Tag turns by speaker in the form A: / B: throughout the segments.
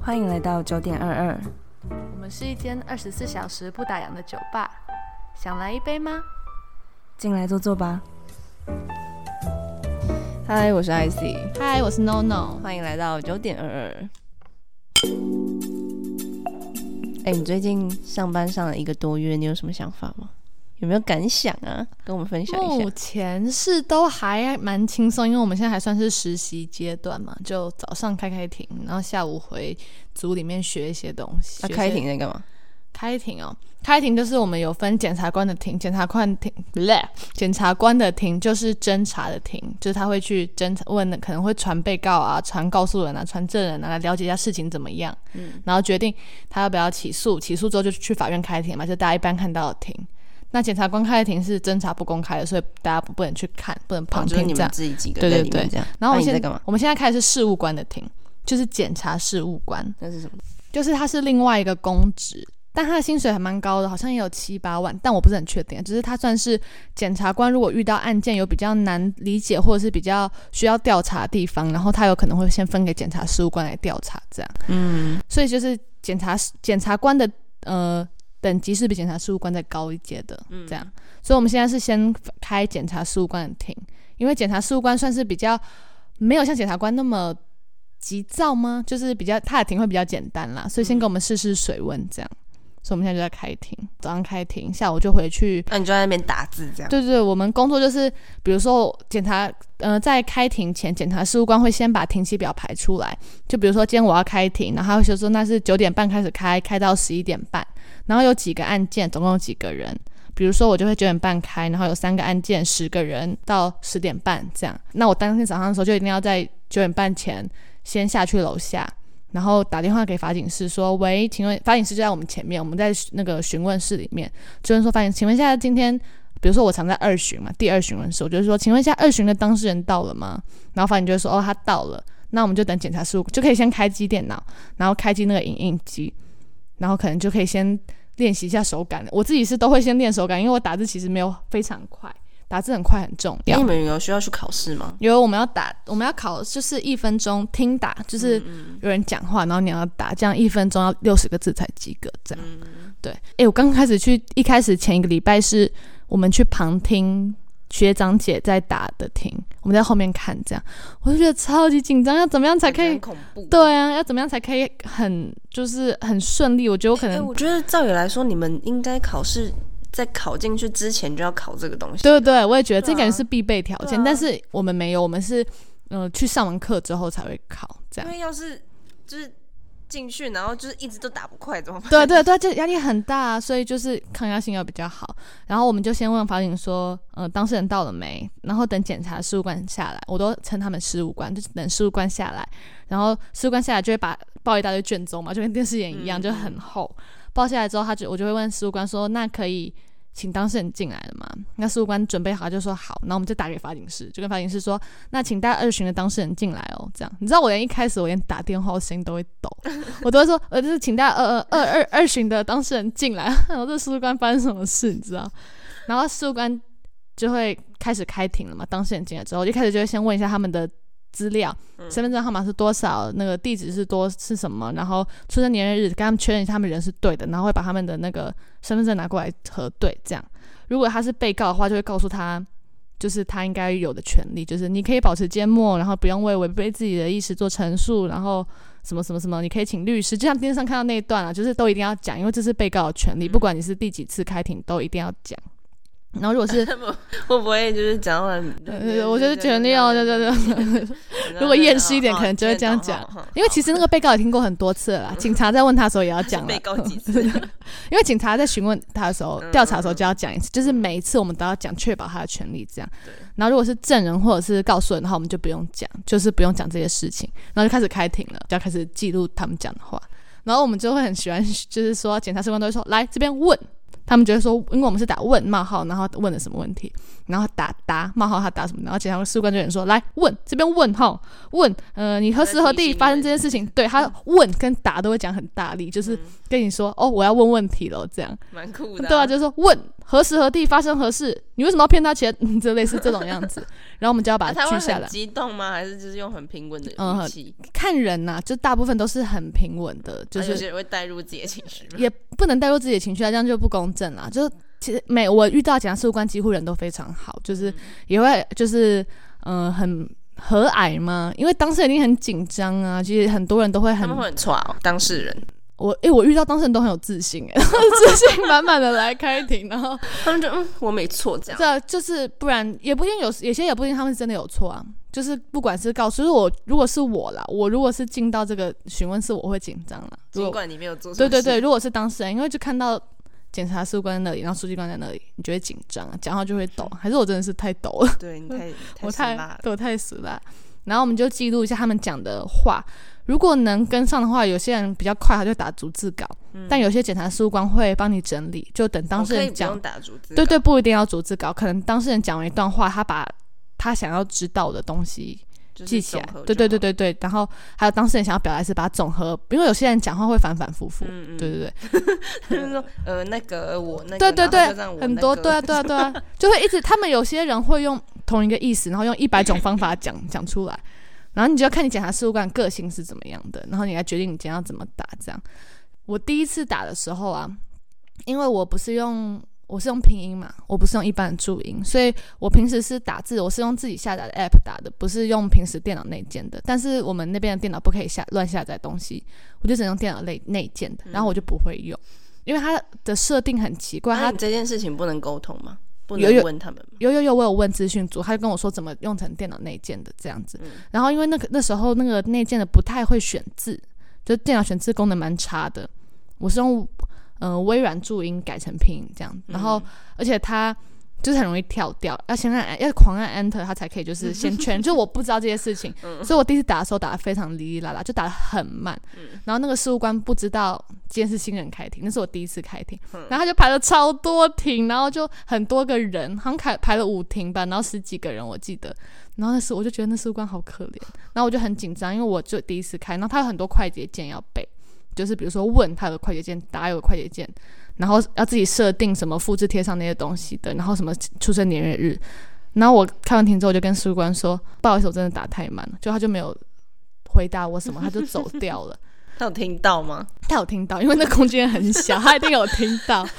A: 欢迎来到九点二二，
B: 我们是一间二十四小时不打烊的酒吧，想来一杯吗？
A: 进来坐坐吧。
C: 嗨，我是 IC，
D: 嗨，我是 No No。
C: 欢迎来到九点二二。哎，你最近上班上了一个多月，你有什么想法吗？有没有感想啊？跟我们分享一
D: 目
C: 下。
D: 前是都还蛮轻松，因为我们现在还算是实习阶段嘛，就早上开开庭，然后下午回组里面学一些东西。
C: 那、
D: 学一些
C: 开庭在干嘛？
D: 开庭哦，开庭就是我们有分检察官的庭，检察官庭，不对，检察官的庭就是侦查的庭，就是他会去侦查问的，可能会传被告啊，传告诉人啊，传证人啊，来了解一下事情怎么样，嗯，然后决定他要不要起诉，起诉之后就去法院开庭嘛，就大家一般看到的庭。那检察官开的庭是侦查不公开的，所以大家不不能去看，不能旁
C: 哦就是
D: 听
C: 你
D: 这样
C: 们。自己几个
D: 对
C: 在
D: 对
C: 里面
D: 对
C: 这样。
D: 然后
C: 那
D: 我们
C: 你
D: 现
C: 在干嘛？
D: 我们现在开的是事务官的庭，就是检察事务官。
C: 那是什么？
D: 就是它是另外一个公职，但他的薪水还蛮高的，好像也有七八万，但我不是很确定。只是他算是检察官，如果遇到案件有比较难理解或者是比较需要调查的地方，然后他有可能会先分给检察事务官来调查，这样。
C: 嗯，
D: 所以就是检察检察官的呃等级是比检察事务官再高一阶的，
C: 嗯
D: 这样。所以我们现在是先开检察事务官的庭，因为检察事务官算是比较没有像检察官那么急躁吗？就是比较他的庭会比较简单啦，所以先给我们试试水温这样。所以我们现在就在开庭，早上开庭，下午就回去
C: 那、你就在那边打字这样。
D: 对对对，我们工作就是，比如说检察，呃，在开庭前，检察事务官会先把庭期表排出来。就比如说今天我要开庭，然后他会说说那是九点半开始开，开到十一点半，然后有几个案件，总共有几个人。比如说我就会九点半开，然后有三个案件，十个人到十点半这样。那我当天早上的时候就一定要在九点半前先下去楼下。然后打电话给法警室说：“喂，请问法警室就在我们前面，我们在那个询问室里面，就是说法警，请问一下今天比如说我常在二巡嘛，第二巡的时候，我就是说，请问一下二巡的当事人到了吗？然后法警就会说，哦，他到了，那我们就等检察事务就可以先开机电脑，然后开机那个影印机，然后可能就可以先练习一下手感。我自己是都会先练手感，因为我打字其实没有非常快，打字很快很重
C: 那
D: 要
C: 你。们有需要去考试吗？
D: 因为我们要打，我们要考，就是一分钟听打，
C: 嗯
D: 就是有人讲话，然后你要打，这样一分钟要六十个字才及格，这样。
C: 嗯
D: 对，诶，我刚开始去，一开始前一个礼拜是我们去旁听学长姐在打的听，我们在后面看，这样我就觉得超级紧张，要怎么样才可
C: 感觉
D: 以
C: 很？恐怖。
D: 对啊，要怎么样才可以很就是很顺利？我觉得我可
C: 哎、
D: 能
C: 我觉得照理来说，你们应该考试在考进去之前就要考这个东西。
D: 对对对，我也觉得
C: 对
D: 这
C: 啊
D: 感觉是必备条件，
C: 对啊
D: 但是我们没有，我们是嗯、呃去上完课之后才会考，这样
C: 因。为要是就是进去，然后就是一直都打不快，怎么办？
D: 对啊对对，就压力很大啊、所以就是抗压性要比较好。然后我们就先问法警说，呃，当事人到了没？然后等检察事务官下来，我都称他们事务官，就是等事务官下来。然后事务官下来就会把报一大堆卷宗嘛，就跟电视演一样，
C: 嗯
D: 就很厚。报下来之后，他就我就会问事务官说，那可以。请当事人进来了嘛？那事务官准备好他就说好，然后我们就打给法警室，就跟法警室说，那请带二巡的当事人进来哦。这样，你知道我连一开始我连打电话我声音都会抖，我都会说，呃，就是请大家呃呃二二二巡的当事人进来，然后这事务官发生什么事，你知道？然后事务官就会开始开庭了嘛，当事人进来之后，就开始就会先问一下他们的资料，身份证号码是多少，那个地址是多是什么，然后出生年月日，跟他们确认一下他们人是对的，然后会把他们的那个身份证拿过来核对，这样。如果他是被告的话，就会告诉他。就是他应该有的权利，就是你可以保持缄默，然后不用为违背自己的意识做陈述，然后什么什么什么，你可以请律师，就像电视上看到那一段啊，就是都一定要讲，因为这是被告的权利，不管你是第几次开庭，都一定要讲。然后如果是
C: 会不会就是讲话？
D: 呃，我就是觉得哦，对对对，如果厌世一点可能就会这样讲因为其实那个被告也听过很多次了啦，警察在问他的时候也要 讲了
C: 被，告几次，
D: 因为警察在询问他的时候
C: 嗯，
D: 调查的时候就要讲一次，就是每一次我们都要讲，确保他的权利这样
C: 对。
D: 然后如果是证人或者是告诉人的话，我们就不用讲，就是不用讲这些事情，然后就开始开庭了，就要开始 记录他们讲的话。然后我们就会很喜欢，就是说检察官都会说来这边问，他们就会说，因为我们是打问冒号，然后问了什么问题，然后打答冒号，他答什么，然后检察士官就有人说来问这边问号问，呃，你何时何地发生这件事情？对他问跟答都会讲很大力，就是跟你说哦，我要问问题了这样。
E: 蛮酷的、
D: 对啊，就是说问何时何地发生何事，你为什么要骗他钱？ 嗯就类似这种样子，然后我们就要把
E: 那
D: 它
E: 他会
D: 记下来
E: 啊很。激动吗？还是就是用很平稳的
D: 嗯很
E: 语气？
D: 看人呐、就大部分都是很平稳的，就
E: 他啊有
D: 是
E: 些人会带入自己的情绪吗。
D: 也不能带入自己的情绪啊，这样就不公正啦。就是其实每我遇到检察事务官，几乎人都非常好，
E: 嗯
D: 就是也会就是呃很和蔼嘛，因为当事人一定很紧张啊，其实很多人都会
E: 他
D: 很
E: 们会很抓哦，当事人，
D: 我诶、我遇到当事人都很有自信、诶， 自信满满的来开庭，然后
E: 他们就嗯，我没错这样。
D: 这就是不然也不一定有，有些也不一定他们是真的有错啊。就是不管是告诉，就是我如果是我啦，我如果是进到这个询问室，我会紧张啦。
E: 尽
D: 如果
E: 管你没有做错，
D: 对对对，，如果是当事人，因为就看到检察事务官那里，然后书记官在那里，你就会紧张啊，讲话就会抖。还是我真的是太抖了，
E: 对你嗯太
D: 嗯我
E: 太辛
D: 太
E: 辣了。
D: 对我太死了。然后我们就记录一下他们讲的话，如果能跟上的话，有些人比较快，他就打逐字稿；但有些检察事务官会帮你整理，就等
E: 嗯
D: 当
E: 我
D: 事
E: 可以
D: 人
E: 不
D: 讲
E: 用打竹子，
D: 对对，，不一定要逐字稿，可能当事人讲完一段话，他把他想要知道的东西
E: 就是
D: 记起来
E: 综合。
D: 对对
E: 就
D: 对
E: 好，
D: 对对，然后还有当事人想要表达是把它总和，因为有些人讲话会反反复复。
E: 嗯嗯，
D: 对对对，
E: 就是说呃那个我那个，
D: 对对对
E: 然后就这样我
D: 很
E: 那
D: 多
E: 个
D: 对啊对啊 对啊，就会一直他们有些人会用同一个意思，然后用一百种方法讲讲出来，然后你就要看你检察事务官个性是怎么样的，然后你来决定你今天要怎么打这样。我第一次打的时候啊，因为我不是用我是用拼音嘛，我不是用一般的注音，所以我平时是打字，我是用自己下载的 app 打的，不是用平时电脑内建的。但是我们那边的电脑不可以下乱下载东西，我就只能用电脑内内建的，然后我就不会用，因为它的设定很奇怪，
E: 那
D: 它
E: 你这件事情不能沟通吗？不
D: 有有
E: 能问他们吗？
D: 有有有，我有问资讯组，他就跟我说怎么用成电脑内建的这样子。然后因为那个那时候那个内建的不太会选字，就电脑选字功能蛮差的。我是用呃微软注音改成拼音这样，然后、而且它就是很容易跳掉，要先按要狂按 Enter，它才可以就是先圈。就我不知道这些事情，所以我第一次打的时候打的非常哩哩啦啦，就打的很慢。然后那个事务官不知道今天是新人开庭，那是我第一次开庭，然后他就排了超多庭，然后就很多个人，好像排排了五庭吧，然后十几个人我记得。然后那时我就觉得那事务官好可怜，然后我就很紧张，因为我就第一次开，然后他有很多快捷键要背，就是比如说问他有个快捷键，答有个快捷键，然后要自己设定什么复制贴上那些东西的，然后什么出生年月日。然后我开完庭之后，我就跟事务官说：“不好意思，我真的打太慢了。”就他就没有回答我什么，他就走掉了。
E: 他有听到吗？
D: 他有听到，因为那空间很小，他一定有听到。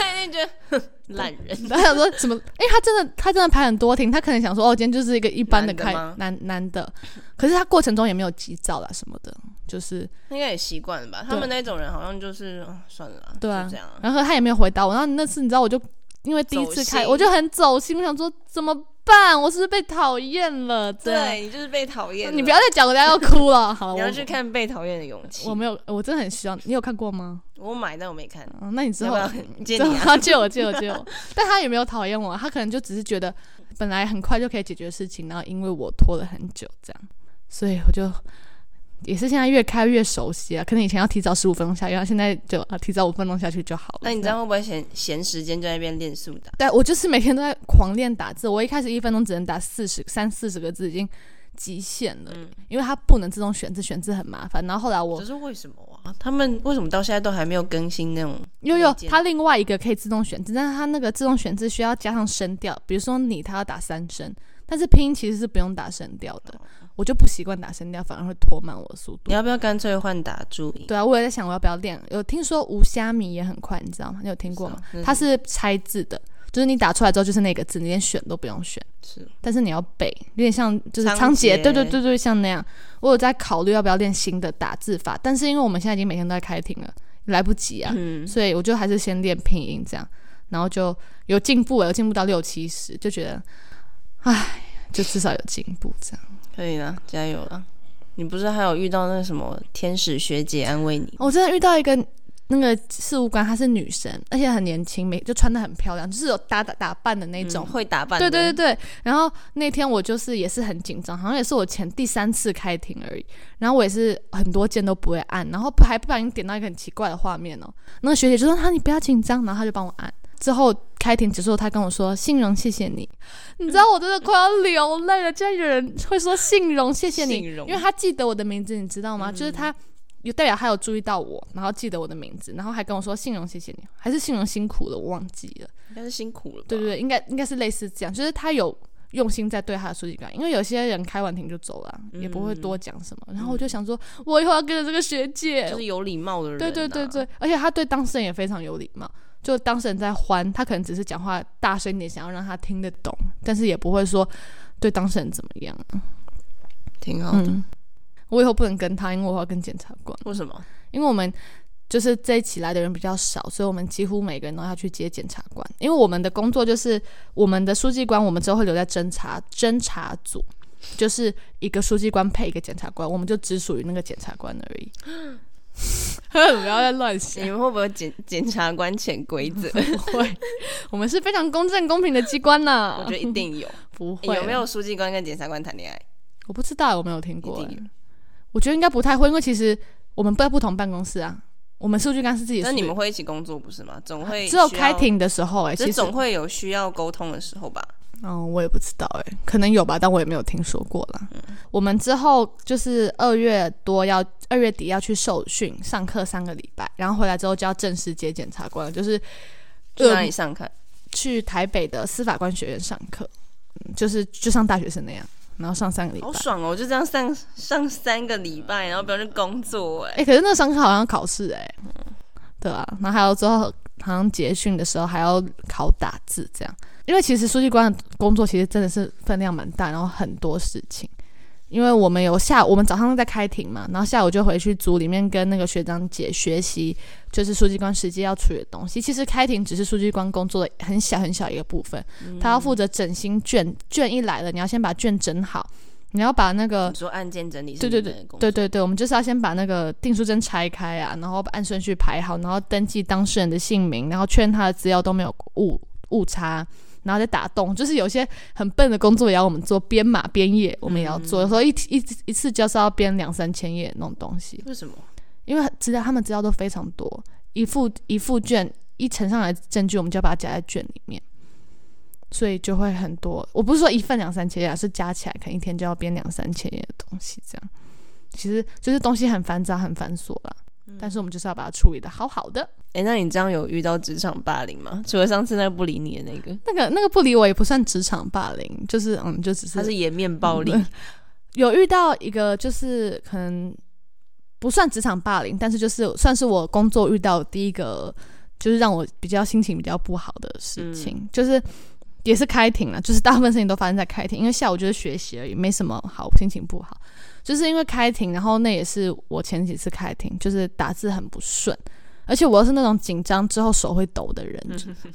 E: 烂人，
D: 他想说什么？因为他真的，他真的排很多庭，他可能想说，哦，今天就是一个一般的
E: 男的
D: 开
E: 吗
D: 男男的，可是他过程中也没有急躁啦什么的，就是
E: 应该也习惯了吧？他们那种人好像就是啊算了啦，
D: 对啊
E: 就这样啊。
D: 然后他也没有回答我。然后那次你知道，我就因为第一次
E: 走
D: 开，
E: 心
D: 我就很走心，我想说怎么办？我是不是被讨厌了？这样
E: 对你就是被讨厌了，
D: 啊你不要再讲，我等下要哭了。好了，
E: 你
D: 我
E: 要去看《被讨厌的勇气
D: 我》，没有，我真的很希望你有看过吗？
E: 我买但我没看，
D: 嗯，那你之
E: 要
D: 后
E: 不要借
D: 真
E: 你
D: 的
E: 啊？
D: 他借我借我借我， 但他也没有讨厌我，啊他可能就只是觉得本来很快就可以解决的事情，然后因为我拖了很久这样，所以我就也是现在越开越熟悉啊，可能以前要提早十五分钟下去，然后现在就啊提早五分钟下去就好了。
E: 那你知
D: 这样
E: 道会不会闲闲时间就在那边练速打？
D: 对我就是每天都在狂练打字，我一开始一分钟只能打四十三四十个字，已经极限了，
E: 嗯
D: 因为它不能自动选字，选字很麻烦。然后后来我
E: 可是为什么啊？他们为什么到现在都还没有更新那种？
D: 有有
E: 内，建
D: 它另外一个可以自动选字，但是它那个自动选字需要加上声调，比如说你，它要打三声，但是拼音其实是不用打声调的，我就不习惯打声调，反而会拖慢我的速
E: 你
D: 度。
E: 要不要干脆换打注音？
D: 对啊，我也在想我要不要练。有听说无虾米也很快，你知道吗？你有听过吗？
E: 是啊
D: 它是拆字的，就是你打出来之后就是那个字，你连选都不用选，
E: 是
D: 但是你要背，有点像就是
E: 仓
D: 仓颉，
E: 颉
D: 对对对对，像那样。我有在考虑要不要练新的打字法，但是因为我们现在已经每天都在开庭了，来不及啊。
E: 嗯，
D: 所以我就还是先练拼音这样，然后就有进步了，有进步到六七十，就觉得，唉，就至少有进步这样。
E: 可以啦，加油啦！你不是还有遇到那什么天使学姐安慰你？
D: 我真的遇到一个那个事务官，她是女生，而且很年轻，没就穿的很漂亮，就是有打打打扮的那种。
E: 会打扮
D: 对
E: 的，
D: 对对对，然后那天我就是也是很紧张，好像也是我前第三次开庭而已。然后我也是很多键都不会按，然后还不小心点到一个很奇怪的画面哦。那个学姐就说：“哈，你不要紧张。”然后她就帮我按，之后开庭结束，他跟我说：“信荣，谢谢你。”你知道我真的快要流泪了，竟然有人会说“信荣，谢谢你”，
E: 信荣
D: 因为他记得我的名字，你知道吗？就是他有代表他有注意到我，然后记得我的名字，然后还跟我说“信荣，谢谢你”，还是“信荣辛苦了”，我忘记了。
E: 应该是辛苦了吧？
D: 对对对，应该应该是类似这样，就是他有用心在对他的书记官，因为有些人开完庭就走了啊，也不
E: 嗯
D: 会多讲什么。然后我就想说，我以后要跟着这个学姐
E: 就，是有礼貌的人、啊
D: 对对对，对，而且他对当事人也非常有礼貌。就当事人在欢，他可能只是讲话大声一点，想要让他听得懂，但是也不会说对当事人怎么样。
E: 挺好的。
D: 嗯，我以后不能跟他，因为我要跟检察官，
E: 为什么？
D: 因为我们就是这一期来的人比较少，所以我们几乎每个人都要去接检察官，因为我们的工作就是我们的书记官，我们之后会留在侦查侦查组，就是一个书记官配一个检察官，我们就只属于那个检察官 而已。不要再乱想
E: 你，们会不会检 检察官潜规则？
D: 不 会， 我们是非常公正公平的机关呐、
E: 我觉得一定有。
D: 不
E: 欸
D: 会、啊
E: 有没？有书记官跟检察官谈恋爱？
D: 我不知道有没有听过
E: 一定
D: 欸、我觉得应该不太会，因为其实我们不在不同办公室啊，我们数据官是自己
E: 那
D: 的
E: 你
D: 数
E: 们会一起工作不是吗？总会
D: 据只有
E: 需要
D: 开，庭的时候哎、欸，
E: 就
D: 其
E: 是
D: 实
E: 总会有需要沟通的时候吧。
D: 嗯，我也不知道哎、可能有吧，但我也没有听说过啦。我们之后就是二月多要二月底要去受训，上课三个礼拜，然后回来之后就要正式接检察官了，就是呃
E: 去哪里上看？
D: 去台北的司法官学院上课，嗯就是就像大学生那样，然后上三个礼拜
E: 好。爽哦！我就这样上上三个礼拜，然后不用去工作哎、
D: 哎、可是那上课好像考试哎、对啊，然后还有之后好像结训的时候还要考打字这样，因为其实书记官的工作其实真的是分量蛮大，然后很多事情。因为我们有下，我们早上在开庭嘛，然后下午就回去组里面跟那个学长姐学习，就是书记官实际要处理的东西。其实开庭只是书记官工作的很小很小一个部分，他要负责整新卷，卷一来了，你要先把卷整好，你要把那个
E: 你说案件整理是
D: 对
E: 你
D: 对
E: 们的工作
D: 对对对，我们就是要先把那个订书针拆开啊，然后按顺序排好，然后登记当事人的姓名，然后确认他的资料都没有误误差，然后再打洞。就是有些很笨的工作也要我们做，编码编页我们也要做。有
E: 嗯
D: 时候一一一次就是要编两三千页那种东西，
E: 为什么？
D: 因为资料他们资料都非常多，一副一副卷一呈上来的证据，我们就要把它夹在卷里面。所以就会很多，我不是说一份两三千页啊，是加起来可能一天就要编两三千页的东西，这样其实就是东西很繁杂、很繁琐啦。但是我们就是要把它处理的好好的。
E: 哎、那你这样有遇到职场霸凌吗？除了上次那个不理你的那个，
D: 那个那个不理我也不算职场霸凌，就是嗯，就只是嗯
E: 他是颜面暴力，
D: 有遇到一个就是可能不算职场霸凌，但是就是算是我工作遇到第一个就是让我比较心情比较不好的事情，就是也是开庭了，就是大部分事情都发生在开庭，因为下午就是学习而已，没什么好心情不好，就是因为开庭，然后那也是我前几次开庭，就是打字很不顺。而且我又是那种紧张之后手会抖的人，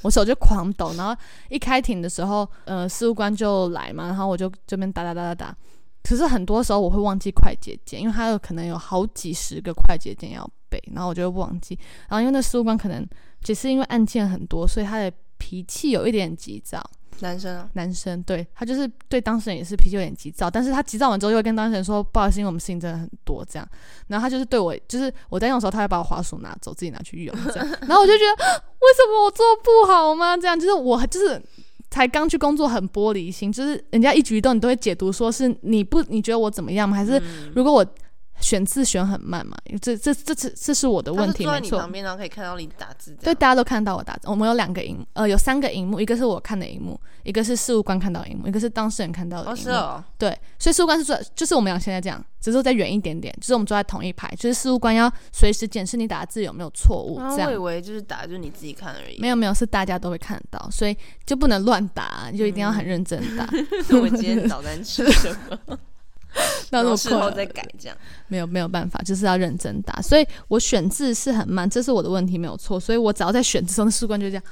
D: 我手就狂抖。然后一开庭的时候，呃，事务官就来嘛，然后我就这边打打打打打，可是很多时候我会忘记快捷键，因为它有可能有好几十个快捷键要背，然后我就会忘记。然后因为那事务官可能只是因为案件很多，所以他的脾气有一点急躁。
E: 男生啊，
D: 男生对他就是对当事人也是脾气有点急躁，但是他急躁完之后又会跟当事人说不好意思，因为我们事情真的很多这样。然后他就是对我，就是我在用的时候，他会把我滑鼠拿走，自己拿去用这样。然后我就觉得啊为什么我做不好吗？这样就是我就是。才刚去工作，很玻璃心，就是人家一举一动，你都会解读说是你不你觉得我怎么样吗？还是
E: 嗯
D: 如果我选字选很慢嘛？这这这这这是我的问
E: 他是
D: 题，
E: 坐在
D: 没
E: 你
D: 错。
E: 旁边，然后可以看到你打字这
D: 对，
E: 样，
D: 大家都看到我打字。我们有两个荧，呃，有三个荧幕，一个是我看的荧幕，一个是事务官看到的荧幕，一个是当事人看到的
E: 哦
D: 荧
E: 是
D: 幕。
E: 哦，
D: 对，所以事务官是坐，就是我们俩现在这样，只是再远一点点，就是我们坐在同一排，就是事务官要随时检视你打的字有没有错误，
E: 啊
D: 嗯这
E: 我以
D: 样。
E: 为就是打就是你自己看而已，
D: 没有没有，是大家都会看到，所以就不能乱打，就一定要
E: 嗯
D: 很认真 地打。
E: 是我今天早餐吃什么，
D: 到
E: 然
D: 那
E: 后
D: 么
E: 事
D: 困
E: 后
D: 了
E: 再改这样。
D: 没有没有办法，就是要认真打。所以我选字是很慢，这是我的问题，没有错。所以我只要在选字的时候，那事务官就这样。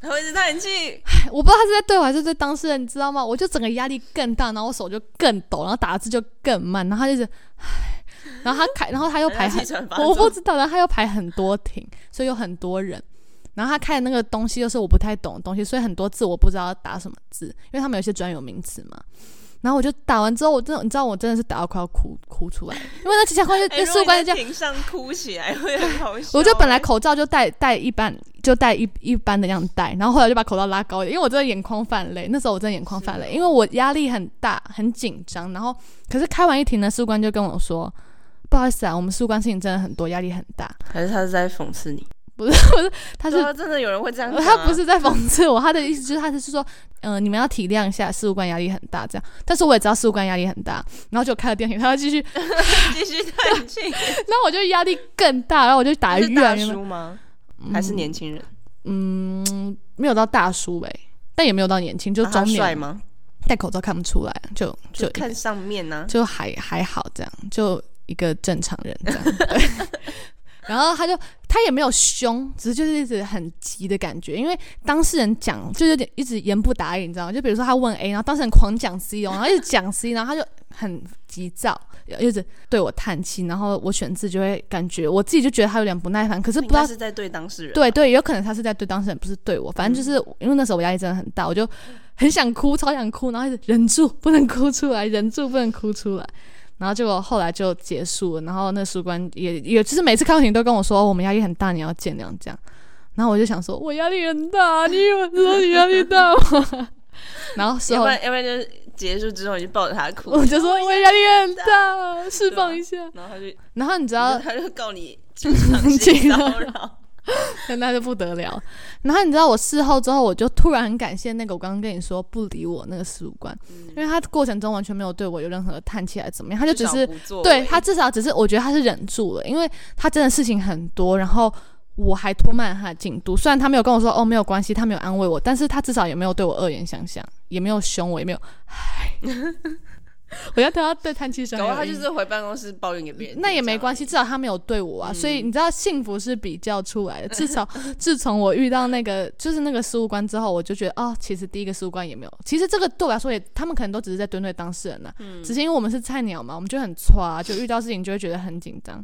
E: 然后一直叹 气，
D: 我不知道他是在对我还是对当事人，你知道吗？我就整个压力更大，然后我手就更抖，然后打字就更慢，然后他就是，唉，然后他开，然后他又排 很
E: 气，喘发
D: 我不
E: 作。
D: 知道，然后他又排很多庭，所以有很多人。然后他开的那个东西又是我不太懂的东西，所以很多字我不知道要打什么字，因为他们有一些专有名词嘛。然后我就打完之后，我真的你知道我真的是打到快要哭哭出来，哎因为那指甲 关节
E: 哎
D: 那四关节这样，
E: 庭上哭起来会很好笑
D: 我就本来口罩就戴戴一般，就戴一一般的样子戴，然后后来就把口罩拉高一点，因为我真的眼眶泛泪。那时候我真的眼眶泛泪，因为我压力很大，很紧张。然后可是开完一庭呢，士官就跟我说：“不好意思啊，我们士官事情真的很多，压力很大。
E: 还是他是在讽刺你？”
D: 他
E: 他
D: 是、呃
E: 真的有人会这样讲啊、
D: 他不是在讽刺我，他的意思就是他就是说，嗯，你们要体谅一下，事务官压力很大这样。但是我也知道事务官压力很大，然后就开了电影，他要继续，然
E: 继 续
D: 啊
E: 探进，
D: 后我就压力更大，然后我就打得
E: 是
D: 越
E: 大
D: 来越
E: 叔吗？还是年轻人？
D: 嗯，没有到大叔哎、但也没有到年轻，就
E: 就
D: 中
E: 啊帅
D: 年，
E: 吗？
D: 戴口罩看不出来，就就
E: 就看上面啊呢、
D: 就还还好这样，就一个正常人 这样。对然后他就他也没有凶，只是就是一直很急的感觉，因为当事人讲就有点一直言不达意，你知道吗？就比如说他问 A，然后当事人狂讲 C 哦，然后一直讲 C，然后他就很急躁，一直对我叹气，然后我选字就会感觉我自己就觉得他有点不耐烦，可
E: 这
D: 是不
E: 应
D: 知道
E: 该是在对当事人。
D: 对对，有可能他是在对当事人，不是对我。反正就是、因为那时候我压力真的很大，我就很想哭，超想哭，然后一直忍住不能哭出来，忍住不能哭出来。然后结果后来就结束了，然后那书官也也就是每次开庭都跟我说、哦我们压力很大，你要见谅这样。然后我就想说，我压力很大，你以为说你压力大吗？ 然后事
E: 要
D: 后
E: 不然要不然就是结束之后你就抱着他哭
D: 我，就说我压力很大，释放一下。
E: 然后他就
D: 然后你知道
E: 他就告你职场性骚 扰。
D: 那那就不得了。然后你知道我事后之后，我就突然很感谢那个我刚刚跟你说不理我那个事务官，
E: 嗯
D: 因为他过程中完全没有对我有任何叹气还是怎么样，他就只是对他至少只是我觉得他是忍住了，因为他真的事情很多，然后我还拖慢了他的进度。虽然他没有跟我说哦没有关系，他没有安慰我，但是他至少也没有对我恶言相向，也没有凶我，也没有唉。 我要对他对叹气声
E: 然
D: 很
E: 后
D: 有
E: 他
D: 阴
E: 就
D: 影，
E: 是回办公室抱怨给别人，
D: 那也没关系，。至少他没有对我
E: 嗯
D: 啊。所以你知道，幸福是比较出来的。至少自从我遇到那个就是那个事务官之后，我就觉得哦，其实第一个事务官也没有。其实这个对我来说也，他们可能都只是在针对当事人呐、啊
E: 嗯
D: 只是因为我们是菜鸟嘛，我们就很挫啊，就遇到事情就会觉得很紧张。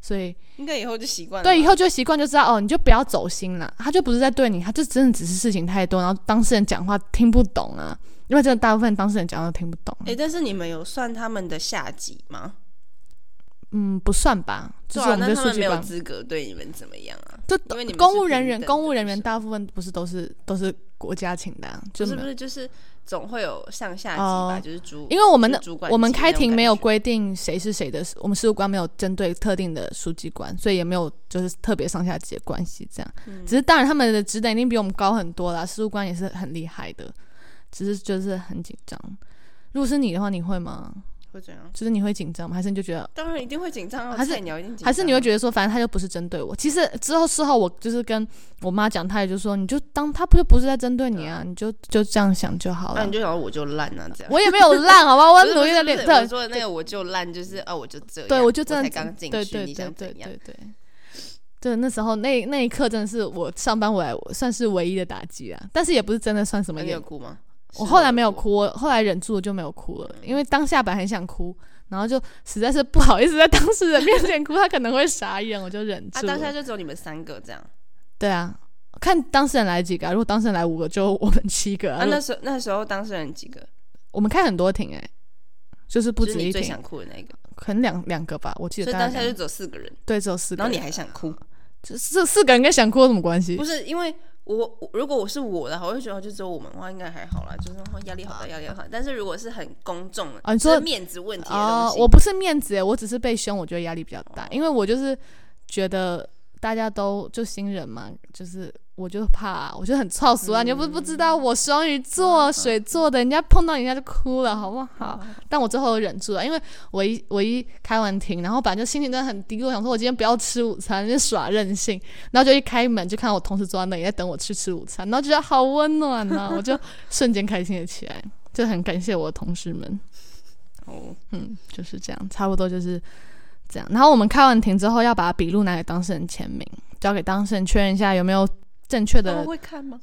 D: 所以
E: 应该以后就习惯了吧。
D: 对以后就习惯就知道哦，你就不要走心啦。他就不是在对你，他就真的只是事情太多，然后当事人讲话听不懂啊。因为真的大部分当事人讲话都听不懂啊、
E: 哎、但是你们有算他们的下级吗？
D: 嗯，不算吧，就
E: 对
D: 是
E: 啊，
D: 我们
E: 那
D: 对
E: 他
D: 数
E: 们
D: 据
E: 没有
D: 官
E: 资格对你们怎么样啊？
D: 就
E: 因为你们
D: 公
E: 是
D: 务人
E: 平
D: 员，
E: 等
D: 公务
E: 的
D: 人员
E: 是
D: 大部分不是都是都是国家请的、啊，就
E: 不是
D: 没有
E: 不是就是总会有上下级吧，
D: 哦
E: 就是主，
D: 因为我们的
E: 就是主管
D: 我们
E: 级那
D: 开
E: 种
D: 庭
E: 感
D: 没有
E: 觉
D: 规定谁是谁的，我们事务官没有针对特定的书记官，所以也没有就是特别上下级的关系这样。
E: 嗯
D: 只是当然他们的职等一定比我们高很多啦，事务官也是很厉害的，只是就是很紧张。如果是你的话，你会吗？
E: 会怎样？
D: 就是你会紧张吗？还是你就觉得
E: 当然一定会紧张啊，
D: 还是
E: 菜鸟一定紧张啊，
D: 还是你会觉得说，反正他又不是针对我。其实之后事后，我就是跟我妈讲，她也就说，你就当他不就不是在针对你啊，你就就这样想就好
E: 那
D: 了
E: 你。就想我就烂啊这样。
D: 我也没有烂，好吧，我
E: 不是
D: 努力的
E: 不是不。
D: 练
E: 是我
D: 对
E: 说的那个我就烂，就是啊，我就这样，
D: 对，
E: 我
D: 就真
E: 才
D: 的
E: 刚进
D: 对
E: 去，
D: 对
E: 你
D: 对
E: 想
D: 对
E: 怎样啊
D: 对？对。对，那时候那那一刻真的是我上班我来我算是唯一的打击啊，但是也不是真的算什么
E: 那你
D: 也
E: 有，哭吗？是
D: 我
E: 嗯
D: 后来没有
E: 哭，
D: 哭，我后来忍住了就没有哭了，因为当下本来很想哭，然后就实在是不好意思在当事人面前哭，他可能会傻眼，我就忍
E: 啊，
D: 住了。
E: 当下就只有你们三个这样。
D: 对啊，看当事人来几个、啊，如果当事人来五个，就我们七个啊。
E: 啊，
D: 如
E: 那
D: 果
E: 时候那时候当事人几个？
D: 我们开很多庭哎、就是不
E: 就
D: 止
E: 是你
D: 一
E: 最
D: 庭
E: 想，哭的那个，
D: 可能两两个吧，我记
E: 所以
D: 得大概
E: 当下
D: 两
E: 就
D: 个。
E: 只有四个人，
D: 对，只有四个
E: 然后
D: 人。
E: 你还想哭？
D: 这这四个人跟想哭有什么关系
E: 不？是因为我我如果我是我的话，我会觉得就只有我们的话应该还好啦，就是哦压力好大，压力好大。但是如果是很公众的
D: 啊你
E: 就是
D: 说
E: 面子问题的
D: 啊、
E: 东西，哦
D: 我不是面子哎、我只是被凶，我觉得压力比较大，因为我就是觉得大家都就新人嘛，就是。我就怕、我就很操俗啊！你又不
E: 嗯
D: 不知道我双鱼座、水做的，人家碰到人家就哭了，好不
E: 哦
D: 好？但我最后忍住了，因为我一我一开完庭，然后本来就心情真的很低落，想说我今天不要吃午餐，就耍任性，然后就一开门就看到我同事坐在那里在等我去吃午餐，然后觉得好温暖呐、我就瞬间开心了起来，就很感谢我的同事们。
E: 哦，
D: 嗯，就是这样，差不多就是这样。然后我们开完庭之后，要把笔录拿给当事人签名，交给当事人确认一下有没有正确
E: 他
D: 的
E: 们。会看吗？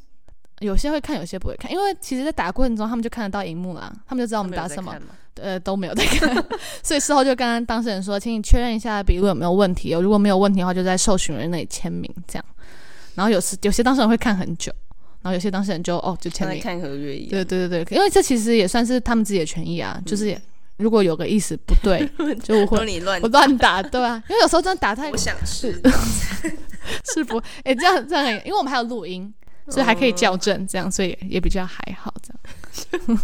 D: 有些会看，有些不会看，因为其实，在打过程中，他们就看得到荧幕 啦，他们就知道我们打什么
E: 他，有在看吗？
D: 呃，都没有在看。 所以事后就跟当事人说，请你确认一下笔录有没有问题，如果没有问题的话，就在受询人那里签名这样。然后有时有些当事人会看很久，然后有些当事人就哦就
E: 像
D: 签
E: 在
D: 订，
E: 看合约一
D: 对
E: 样。
D: 对对对，因为这其实也算是他们自己的权益啊，
E: 嗯
D: 就是也如果有个意思不对， 就我
E: 如果
D: 会
E: 你乱
D: 我，乱打，对啊，因为有时候真的打太
E: 我想 吃。
D: 是不，哎、这样这样很，因为我们还有录音，所以还可以校正，这样所以也比较还好这样。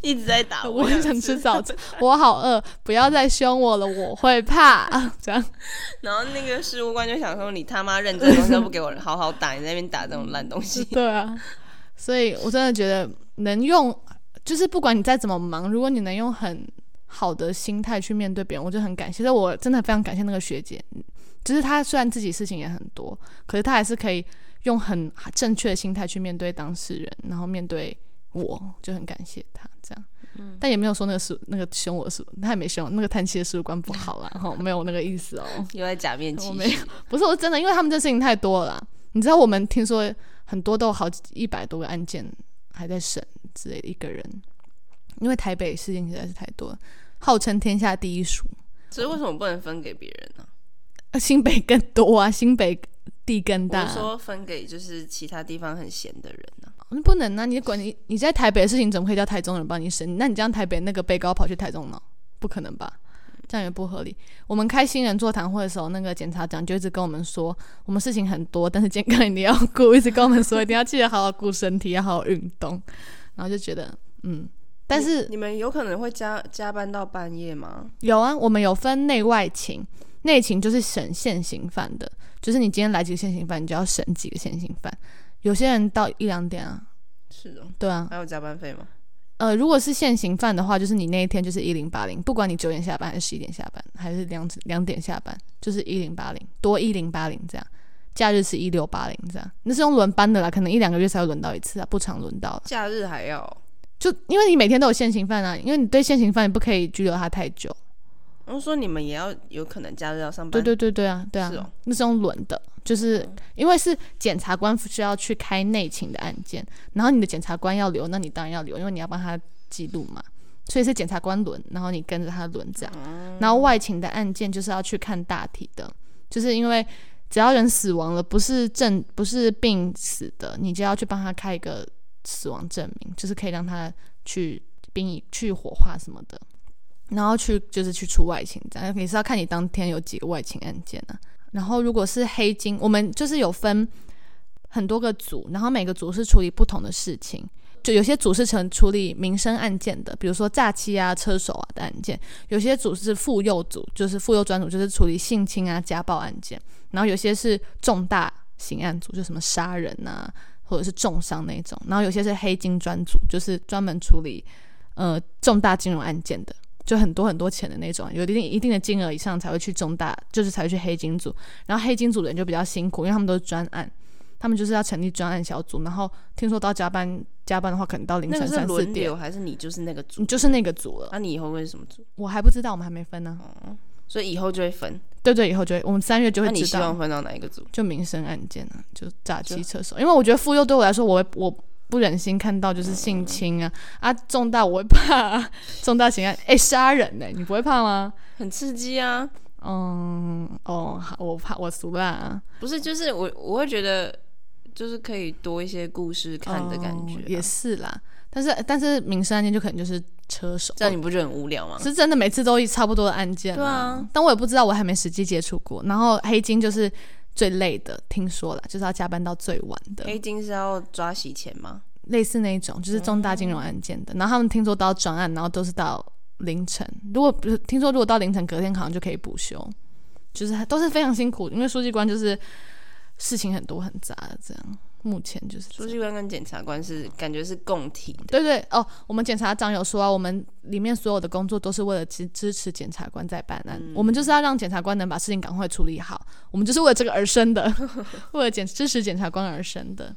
E: 一直在打，
D: 我
E: 想
D: 很想吃早餐，我好饿，不要再凶我了，我会怕。 这样，
E: 然后那个事务官就想说：“你他妈认真的东西都不给我好好打，你在那边打这种烂东西。
D: 对啊，所以我真的觉得能用，就是不管你再怎么忙，如果你能用很好的心态去面对别人，我就很感谢。所以我真的非常感谢那个学姐，就是她虽然自己事情也很多，可是她还是可以用很正确的心态去面对当事人，然后面对我，就很感谢她这样。但也没有说那个是那个凶我的是，她也没凶我那个叹气的事务官不好啦，然后没有那个意思哦。”
E: 又在假面骑
D: 我
E: 士，
D: 没有，不是我是真的，因为他们这事情太多了啦。你知道我们听说很多都有好一百多个案件还在审之类的一个人，因为台北事情实在是太多了，号称天下第一数，
E: 所以为什么不能分给别人呢、
D: 呃新北更多啊，新北地更大、
E: 我是
D: 啊。
E: 说分给就是其他地方很闲的人呢、
D: 你不能啊！你管你你在台北的事情，怎么可以叫台中人帮你审？那你这样台北那个被告跑去台中了，不可能吧？这样也不合理。我们开新人座谈会的时候，那个检察长就一直跟我们说，我们事情很多，但是健 康一定要顾，一直跟我们说一定要记得好好顾身体，要好好运动。然后就觉得，嗯，但是
E: 你们有可能会加加班到半夜吗？
D: 有啊，我们有分内外勤，内勤就是审现行犯的，就是你今天来几个现行犯，你就要审几个现行犯。有些人到一两点啊，
E: 是哦，
D: 对啊，
E: 还有加班费吗？
D: 呃，如果是现行犯的话，就是你那一天就是一零八零，不管你九点下班还是十一点下班，还是两两点下班，就是一零八零多一零八零这样。假日是一六八零这样，那是用轮班的啦，可能一两个月才会轮到一次啊，不常轮到啦。
E: 假日还要哦？
D: 就因为你每天都有现行犯啊，因为你对现行犯你不可以拘留他太久。
E: 我说你们也要有可能假日要上班，
D: 对对对对啊，对啊，
E: 是哦嗯
D: 那是用轮的，就是因为是检察官需要去开内勤的案件，然后你的检察官要留，那你当然要留，因为你要帮他记录嘛，所以是检察官轮，然后你跟着他轮这样，
E: 嗯
D: 然后外勤的案件就是要去看大体的，就是因为只要人死亡了，不是症不是病死的，你就要去帮他开一个死亡证明，就是可以让他去殡仪去火化什么的。然后去就是去出外勤，这样也是要看你当天有几个外勤案件啊。然后如果是黑金，我们就是有分很多个组，然后每个组是处理不同的事情。就有些组是成处理民生案件的，比如说诈欺啊、车手啊的案件；有些组是妇幼组，就是妇幼专组，就是处理性侵啊、家暴案件；然后有些是重大刑案组，就什么杀人啊，或者是重伤那种；然后有些是黑金专组，就是专门处理呃重大金融案件的。就很多很多钱的那种，有一定一定的金额以上才会去中大，就是才会去黑金组。然后黑金组的人就比较辛苦，因为他们都是专案，他们就是要成立专案小组。然后听说到加班加班的话，可能到凌
E: 那
D: 晨
E: 个是
D: 三四
E: 轮
D: 点
E: 流，还是你就是那个组？
D: 你就是那个组了。
E: 啊，你以后会是什么组？
D: 我还不知道，我们还没分呢、
E: 所以以后就会分。
D: 对对，以后就会我们三月就
E: 那
D: 会
E: 你
D: 知
E: 希
D: 道
E: 望。分到哪一个组？
D: 就民生案件啊，就诈欺车手，因为我觉得妇幼对我来说，我会我不忍心看到就是性侵啊、
E: 嗯
D: 啊重大我会怕、啊，重大刑案 哎杀人呢、你不会怕吗？
E: 很刺激啊！
D: 嗯，哦，好我怕我俗啦、
E: 不是，就是我我会觉得，就是可以多一些故事看的感觉、啊
D: 哦也，是啦。但是但是民生案件就可能就是车手，
E: 这样你不觉得很无聊吗？
D: 是真的每次都一差不多的案件啦。
E: 对啊
D: 但我也不知道，我还没实际接触过。然后黑金就是最累的，听说了，就是要加班到最晚的，
E: 黑金是要抓洗钱吗？
D: 类似那一种，就是重大金融案件的。然后他们听说到转案，然后都是到凌晨。如果不是听说，如果到凌晨隔天好像就可以补休，就是都是非常辛苦，因为书记官就是事情很多很杂的这样。目前就是这
E: 书
D: 样
E: 记官跟检察官是感觉是共体的，
D: 对对哦，我们检察长有说啊，我们里面所有的工作都是为了支支持检察官在办案，我们就是要让检察官能把事情赶快处理好，我们就是为了这个而生的，为了检支持检察官而生的。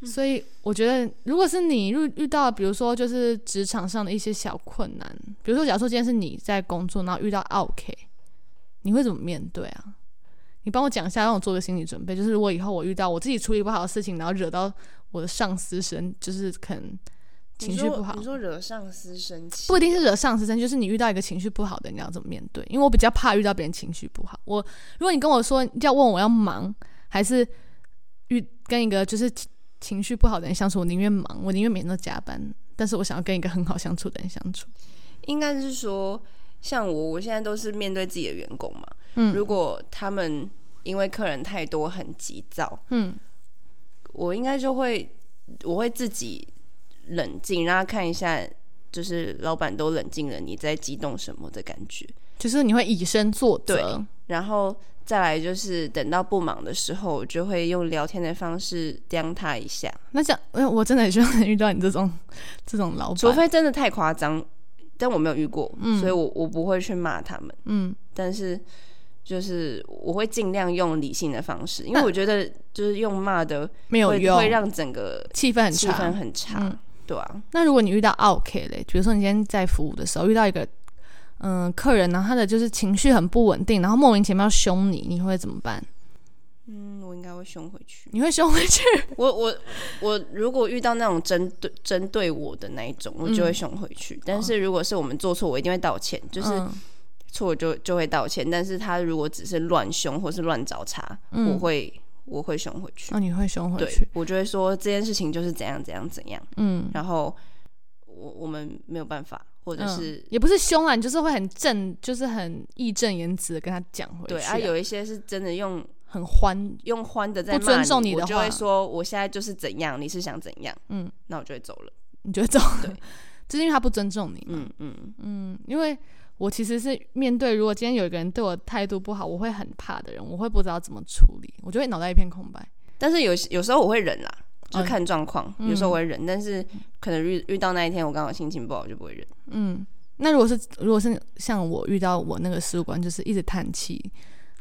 E: 嗯
D: 所以我觉得，如果是你遇遇到，比如说就是职场上的一些小困难，比如说假如说今天是你在工作，然后遇到 OK，你会怎么面对啊？你帮我讲一下，让我做个心理准备。就是如果以后我遇到我自己处理不好的事情，然后惹到我的上司生，就是可能情绪不好
E: 你说，你说惹上司生气，
D: 不一定是惹上司生，就是你遇到一个情绪不好的人，你要怎么面对？因为我比较怕遇到别人情绪不好。我如果你跟我说要问我要忙，还是遇跟一个就是情绪不好的人相处，我宁愿忙，我宁愿每天都加班，但是我想要跟一个很好相处的人相处。
E: 应该是说，像我，我现在都是面对自己的员工嘛。
D: 嗯
E: 如果他们因为客人太多很急躁，
D: 嗯，
E: 我应该就会我会自己冷静，让他看一下，就是老板都冷静了，你在激动什么的感觉。
D: 就是你会以身作则，
E: 然后再来就是等到不忙的时候，我就会用聊天的方式刁他一下，
D: 那这样，呃我真的很希望能遇到你这种这种老板，
E: 除非真的太夸张，但我没有遇过，
D: 嗯
E: 所以我我不会去骂他们。
D: 嗯，
E: 但是就是我会尽量用理性的方式，因为
D: 那
E: 我觉得就是用骂的
D: 没有
E: 会
D: 用，
E: 会让整个
D: 气氛很
E: 气氛
D: 差。
E: 很差，
D: 嗯
E: 对啊，
D: 那如果你遇到 OK 嘞，比如说你今天在服务的时候遇到一个嗯、客人，然后他的就是情绪很不稳定，然后莫名其妙凶你，你会怎么办？
E: 嗯，我应该会凶回去。
D: 你会凶回去？
E: 我我我如果遇到那种针对针对我的那一种，我
D: 嗯
E: 就会凶回去。但是如果是我们做错，我一定会道歉， 就是
D: 哦嗯
E: 错就就会道歉。但是他如果只是乱凶或是乱找茬，
D: 嗯
E: 我会我会凶回去。
D: 那、你会凶回
E: 对
D: 去？，
E: 我就会说这件事情就是怎样怎样怎样，
D: 嗯，
E: 然后我我们没有办法，或者
D: 嗯
E: 是、
D: 也不是凶啊，你就是会很正，就是很义正言辞的跟他讲回去、
E: 对啊，有一些是真的用
D: 很欢，
E: 用欢的在
D: 不尊
E: 骂
D: 重你
E: 我
D: 的
E: 就会
D: 话
E: 说我现在就是怎样，你是想怎样，
D: 嗯，
E: 那我就会走了。
D: 你觉得这种
E: 对，
D: 就是因为他不尊重你嘛。
E: 嗯嗯，
D: 嗯，因为我其实是面对，如果今天有一个人对我态度不好，我会很怕的人，我会不知道怎么处理，我就会脑袋一片空白。
E: 但是有有时候我会忍啦，就
D: 嗯
E: 看状况，有时候我会忍，但是可能遇遇到那一天我刚好心情不好，我就不会忍。
D: 嗯，那如果是如果是像我遇到我那个事务官，就是一直叹气，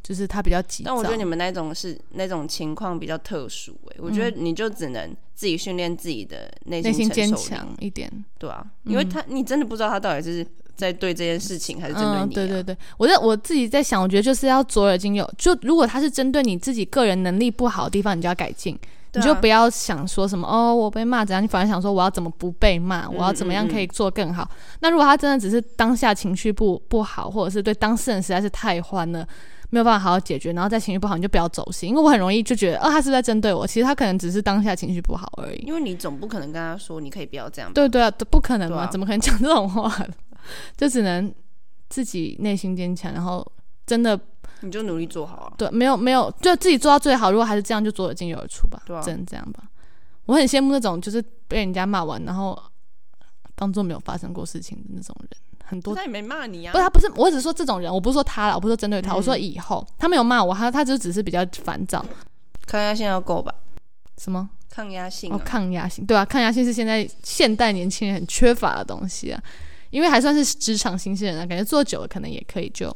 D: 就是他比较急躁。
E: 但我觉得你们那种是那种情况比较特殊、欸，我觉得你就只能自己训练自己的内
D: 嗯内心坚
E: 承受力，
D: 强一点，
E: 对啊，
D: 嗯
E: 因为他你真的不知道他到底是在对这件事情还是针对你、啊
D: 嗯，对对对，我在我自己在想，我觉得就是要左耳进右，就如果他是针对你自己个人能力不好的地方，你就要改进，
E: 对
D: 你就
E: 啊
D: 不要想说什么哦，我被骂怎样，你反而想说我要怎么不被骂，我要
E: 嗯
D: 怎么样可以做更好。那如果他真的只是当下情绪不不好，或者是对当事人实在是太欢了。没有办法好好解决，然后再情绪不好，你就不要走心，因为我很容易就觉得，哦，他是不是在针对我？其实他可能只是当下情绪不好而已。
E: 因为你总不可能跟他说你可以不要这样吧，
D: 对对啊，都不可能
E: 对
D: 嘛，
E: 啊
D: 怎么可能讲这种话？就只能自己内心坚强，然后真的
E: 你就努力做好啊。
D: 对，没有没有，就自己做到最好。如果还是这样，就左耳进右耳出吧，
E: 对啊
D: 只能这样吧。我很羡慕那种就是被人家骂完，然后当做没有发生过事情的那种人，很多。
E: 他也没骂你啊
D: 不，，他不是，我只是说这种人，我不是说他了，我不是说针对他，
E: 嗯
D: 我说以后他没有骂我，他他就只是比较烦躁，
E: 抗压性要够吧？
D: 什么
E: 抗压性、啊
D: 哦，抗压性，对啊，抗压性是现在现代年轻人很缺乏的东西啊，因为还算是职场新鲜人啊，感觉做久了可能也可以就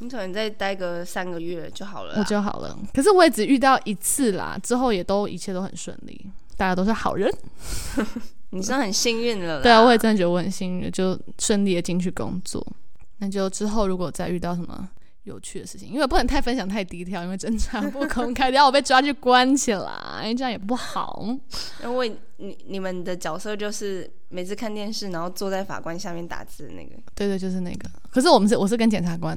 E: 你可能再待个三个月就好了啊啦。
D: 我就好了。可是我也只遇到一次啦，之后也都一切都很顺利，大家都是好人。
E: 你算很幸运了啦。
D: 对啊，我也真的觉得我很幸运，就顺利的进去工作。那就之后如果再遇到什么有趣的事情，因为我不能太分享太低调，因为侦查不公开，等下我被抓去关起来，哎这样也不好。
E: 因为你你们的角色就是每次看电视，然后坐在法官下面打字的那个。
D: 对对，就是那个。可是我们是我是跟检察官，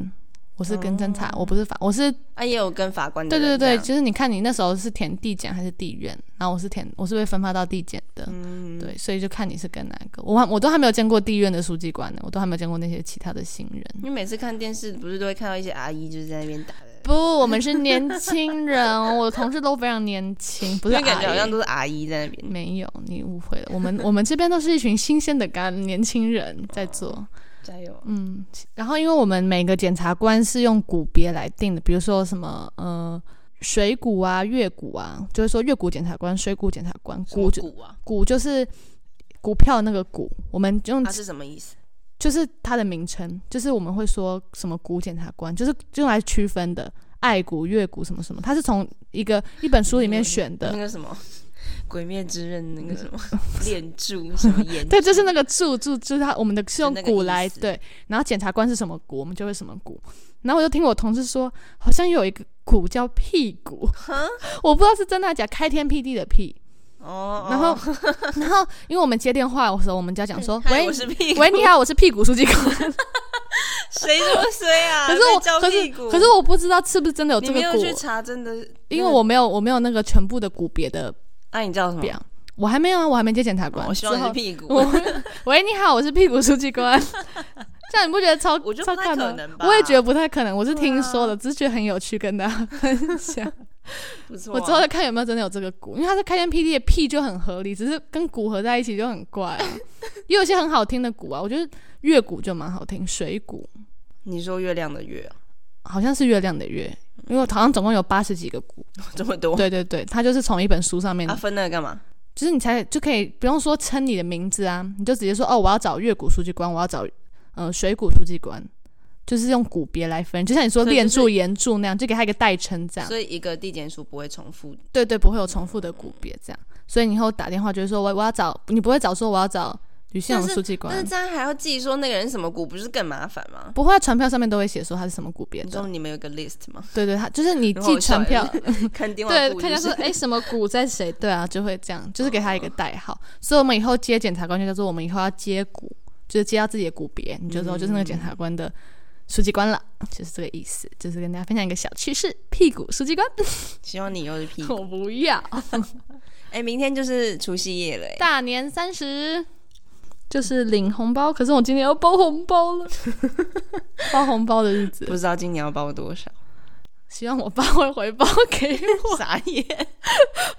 D: 我是跟侦查，我不是法，我是
E: 啊，也有跟法官的
D: 对对
E: 人
D: 对，
E: 这样
D: 就是你看你那时候是填地检还是地院，然后我是填我是被分发到地检的，
E: 嗯，
D: 对，所以就看你是跟哪个。我还我都还没有见过地院的书记官呢，我都还没有见过那些其他的新人。
E: 你每次看电视不是都会看到一些阿姨就是在那边打的，
D: 不，我们是年轻人，我的同事都非常年轻，不是
E: 因为感觉
D: 阿
E: 好
D: 姨嗯
E: 像都是阿姨在那边。
D: 没有，你误会了。我们我们这边都是一群新鲜的干年轻人在做，
E: 加油！啊
D: 嗯。然后，因为我们每个检察官是用股别来定的，比如说什么呃水股啊、月股啊，就是说月股检察官、水股检察官，股就
E: 骨啊，
D: 股就是股票那个股，我们用
E: 啊它是什么意思？
D: 就是它的名称，就是我们会说什么股检察官，就是用来区分的，爱股、月股什么什么，它是从一个一本书里
E: 嗯
D: 面选
E: 那
D: 的。
E: 个什么 《鬼灭之刃》那个什么 炼柱什么岩柱？
D: 呃对，就是那个注注，就是它我们的是用
E: 那个
D: 股
E: 意
D: 来
E: 思
D: 对，然后检察官是什么股，我们就会什么股。然后我就听我同事说，好像有一个股叫屁股， 我不知道是真的还假，开天辟地的辟。
E: 哦。
D: 然后，然后因为我们接电话的时候，我们就要讲说，
E: 嗨
D: 喂
E: 我，是屁股，
D: 喂，你好，我是屁股书记官。
E: 谁这么衰啊？
D: 可是
E: 被
D: 我，
E: 叫
D: 可
E: 屁
D: 是
E: 股
D: 可是我不知道是不是真的有这
E: 你
D: 个
E: 没
D: 股。
E: 有去查，真的，
D: 因为我没有我没有那个全部的股别的
E: 那啊你叫什么哦
D: 不？要我还没有啊，我还没接检察官。
E: 我希望
D: 之
E: 你
D: 后
E: 是屁股。
D: 我喂，你好，我是屁股书 记官。这样你不觉得超
E: 我觉得
D: 超
E: 不太
D: 干
E: 可
D: 吗
E: 能吧
D: 我也觉得不太可能，我是听
E: 对
D: 说
E: 啊
D: 的，只是觉得很有趣，跟大家分 享。
E: 不错啊，
D: 我之后再看有没有真的有这个鼓，因为它是开天辟地的屁就很合理，只是跟鼓合在一起就很怪、 啊。也有一些很好听的鼓啊，我觉得乐鼓就蛮好听，水鼓
E: 你说月亮的月啊，
D: 好像是月亮的月，因为好像总共有八十几个鼓。
E: 这么多，
D: 对对对，它就是从一本书上面
E: 他分那个干嘛？
D: 就是你才就可以不用说称你的名字啊，你就直接说哦，我要找月谷书记官，我要找呃水谷书记官，就是用股别来分，就像你说
E: 所以就是
D: 练柱、岩柱那样，就给他一个代称这样。
E: 所以一个地检署不会重复，
D: 啊对啊对，不会有重复的股别这样。所以你以后打电话就是说我我要找，你不会找说我要找吕信荣书记
E: 但是
D: 官，
E: 这样还要记说那个人是什么股，不是更麻烦吗？
D: 不会，传票上面都会写说他是什么股别
E: 你
D: 的
E: 说。你们有个 list 吗？
D: 对对，他就是你
E: 然后
D: 寄
E: 我
D: 传票
E: 笑， 看电话
D: 对，
E: 簿
D: 看一下
E: 就
D: 说
E: 是
D: 哎、诶什么股在谁？对啊，就会这样，就是给他
E: 嗯
D: 一个代号。所以我们以后接检察官就叫做我们以后要接股，就是接到自己的股别，你就说就是那个
E: 嗯
D: 检察官的书记官了，就是这个意思。就是跟大家分享一个小趣事，屁股书记官，
E: 希望你又是屁股。
D: 我不 要。
E: 哎，明天就是除夕夜了，哎
D: 大年三十就是领红包，可是我今年要包红包了， 包红包的日
E: 不
D: 子，
E: 知道今年要包多少，
D: 希望我爸会回包给 我，
E: 傻眼，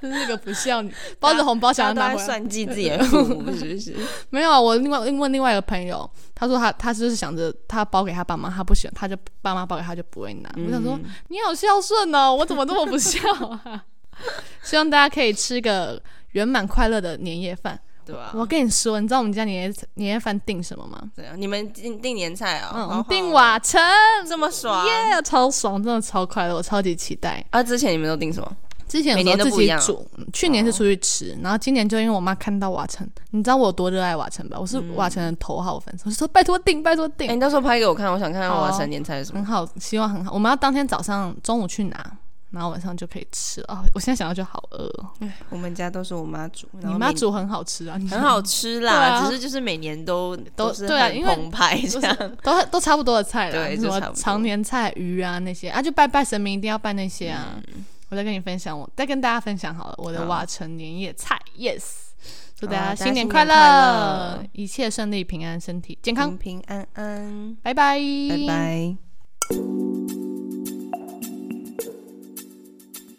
D: 真是个不孝女，包着红包 想让
E: 大家
D: 他
E: 都在。
D: 回来
E: 算计自己的父母，是不是？
D: 没有啊，我另外问另外一个朋友，他说他他就是想着他包给他爸妈，他不喜欢，他就爸妈包给他就不会拿。 我想说
E: 嗯
D: 你好孝顺哦，我怎么那么不孝啊？ 希望大家可以吃个圆满快乐的年夜饭。
E: 对吧？
D: 我跟你说，你知道我们家年夜年夜饭订什么吗？
E: 怎样？你们订订年菜啊？
D: 嗯，我
E: 好
D: 们
E: 好
D: 订瓦城，
E: 这么爽
D: 耶、超爽，真的超快乐，我超级期待。
E: 啊！之前你们都订什么？
D: 之前有
E: 每年都
D: 时候自
E: 不一
D: 己
E: 样哦
D: 煮，去年是出去吃，然后今年就因为我妈看到瓦城，你知道我有多热爱瓦城吧？我是
E: 嗯
D: 瓦城的头号粉丝，我就说拜托订，拜托订。
E: 哎，你到时候拍给我看，我想看看
D: 好
E: 我
D: 啊
E: 三年菜是什么
D: 很。好，希望很好。我们要当天早上、中午去拿，然后晚上就可以吃了。哦，我现在想到就好饿哦。
E: 我们家都是我妈煮，然
D: 你
E: 后
D: 妈
E: 每
D: 煮很好吃啊，你
E: 很好吃啦，
D: 对啊
E: 只是就是每年都
D: 都
E: 是
D: 对啊
E: 很
D: 因为
E: 澎湃这样。
D: 都都差不多的菜啦，
E: 对
D: 什
E: 就
D: 么
E: 差不多
D: 常年菜、鱼啊那些啊，就拜拜神明一定要拜那些啊。我再跟你分享我，再跟大家分享好了，我的
E: 好
D: 瓦城年夜菜，yes，祝
E: 好啊
D: 大
E: 大
D: 家
E: 家
D: 新
E: 新
D: 年
E: 年
D: 快嗯
E: 快乐
D: 乐，一切顺利、平安、身体健康
E: 平，平安安，
D: 拜拜，
E: 拜拜。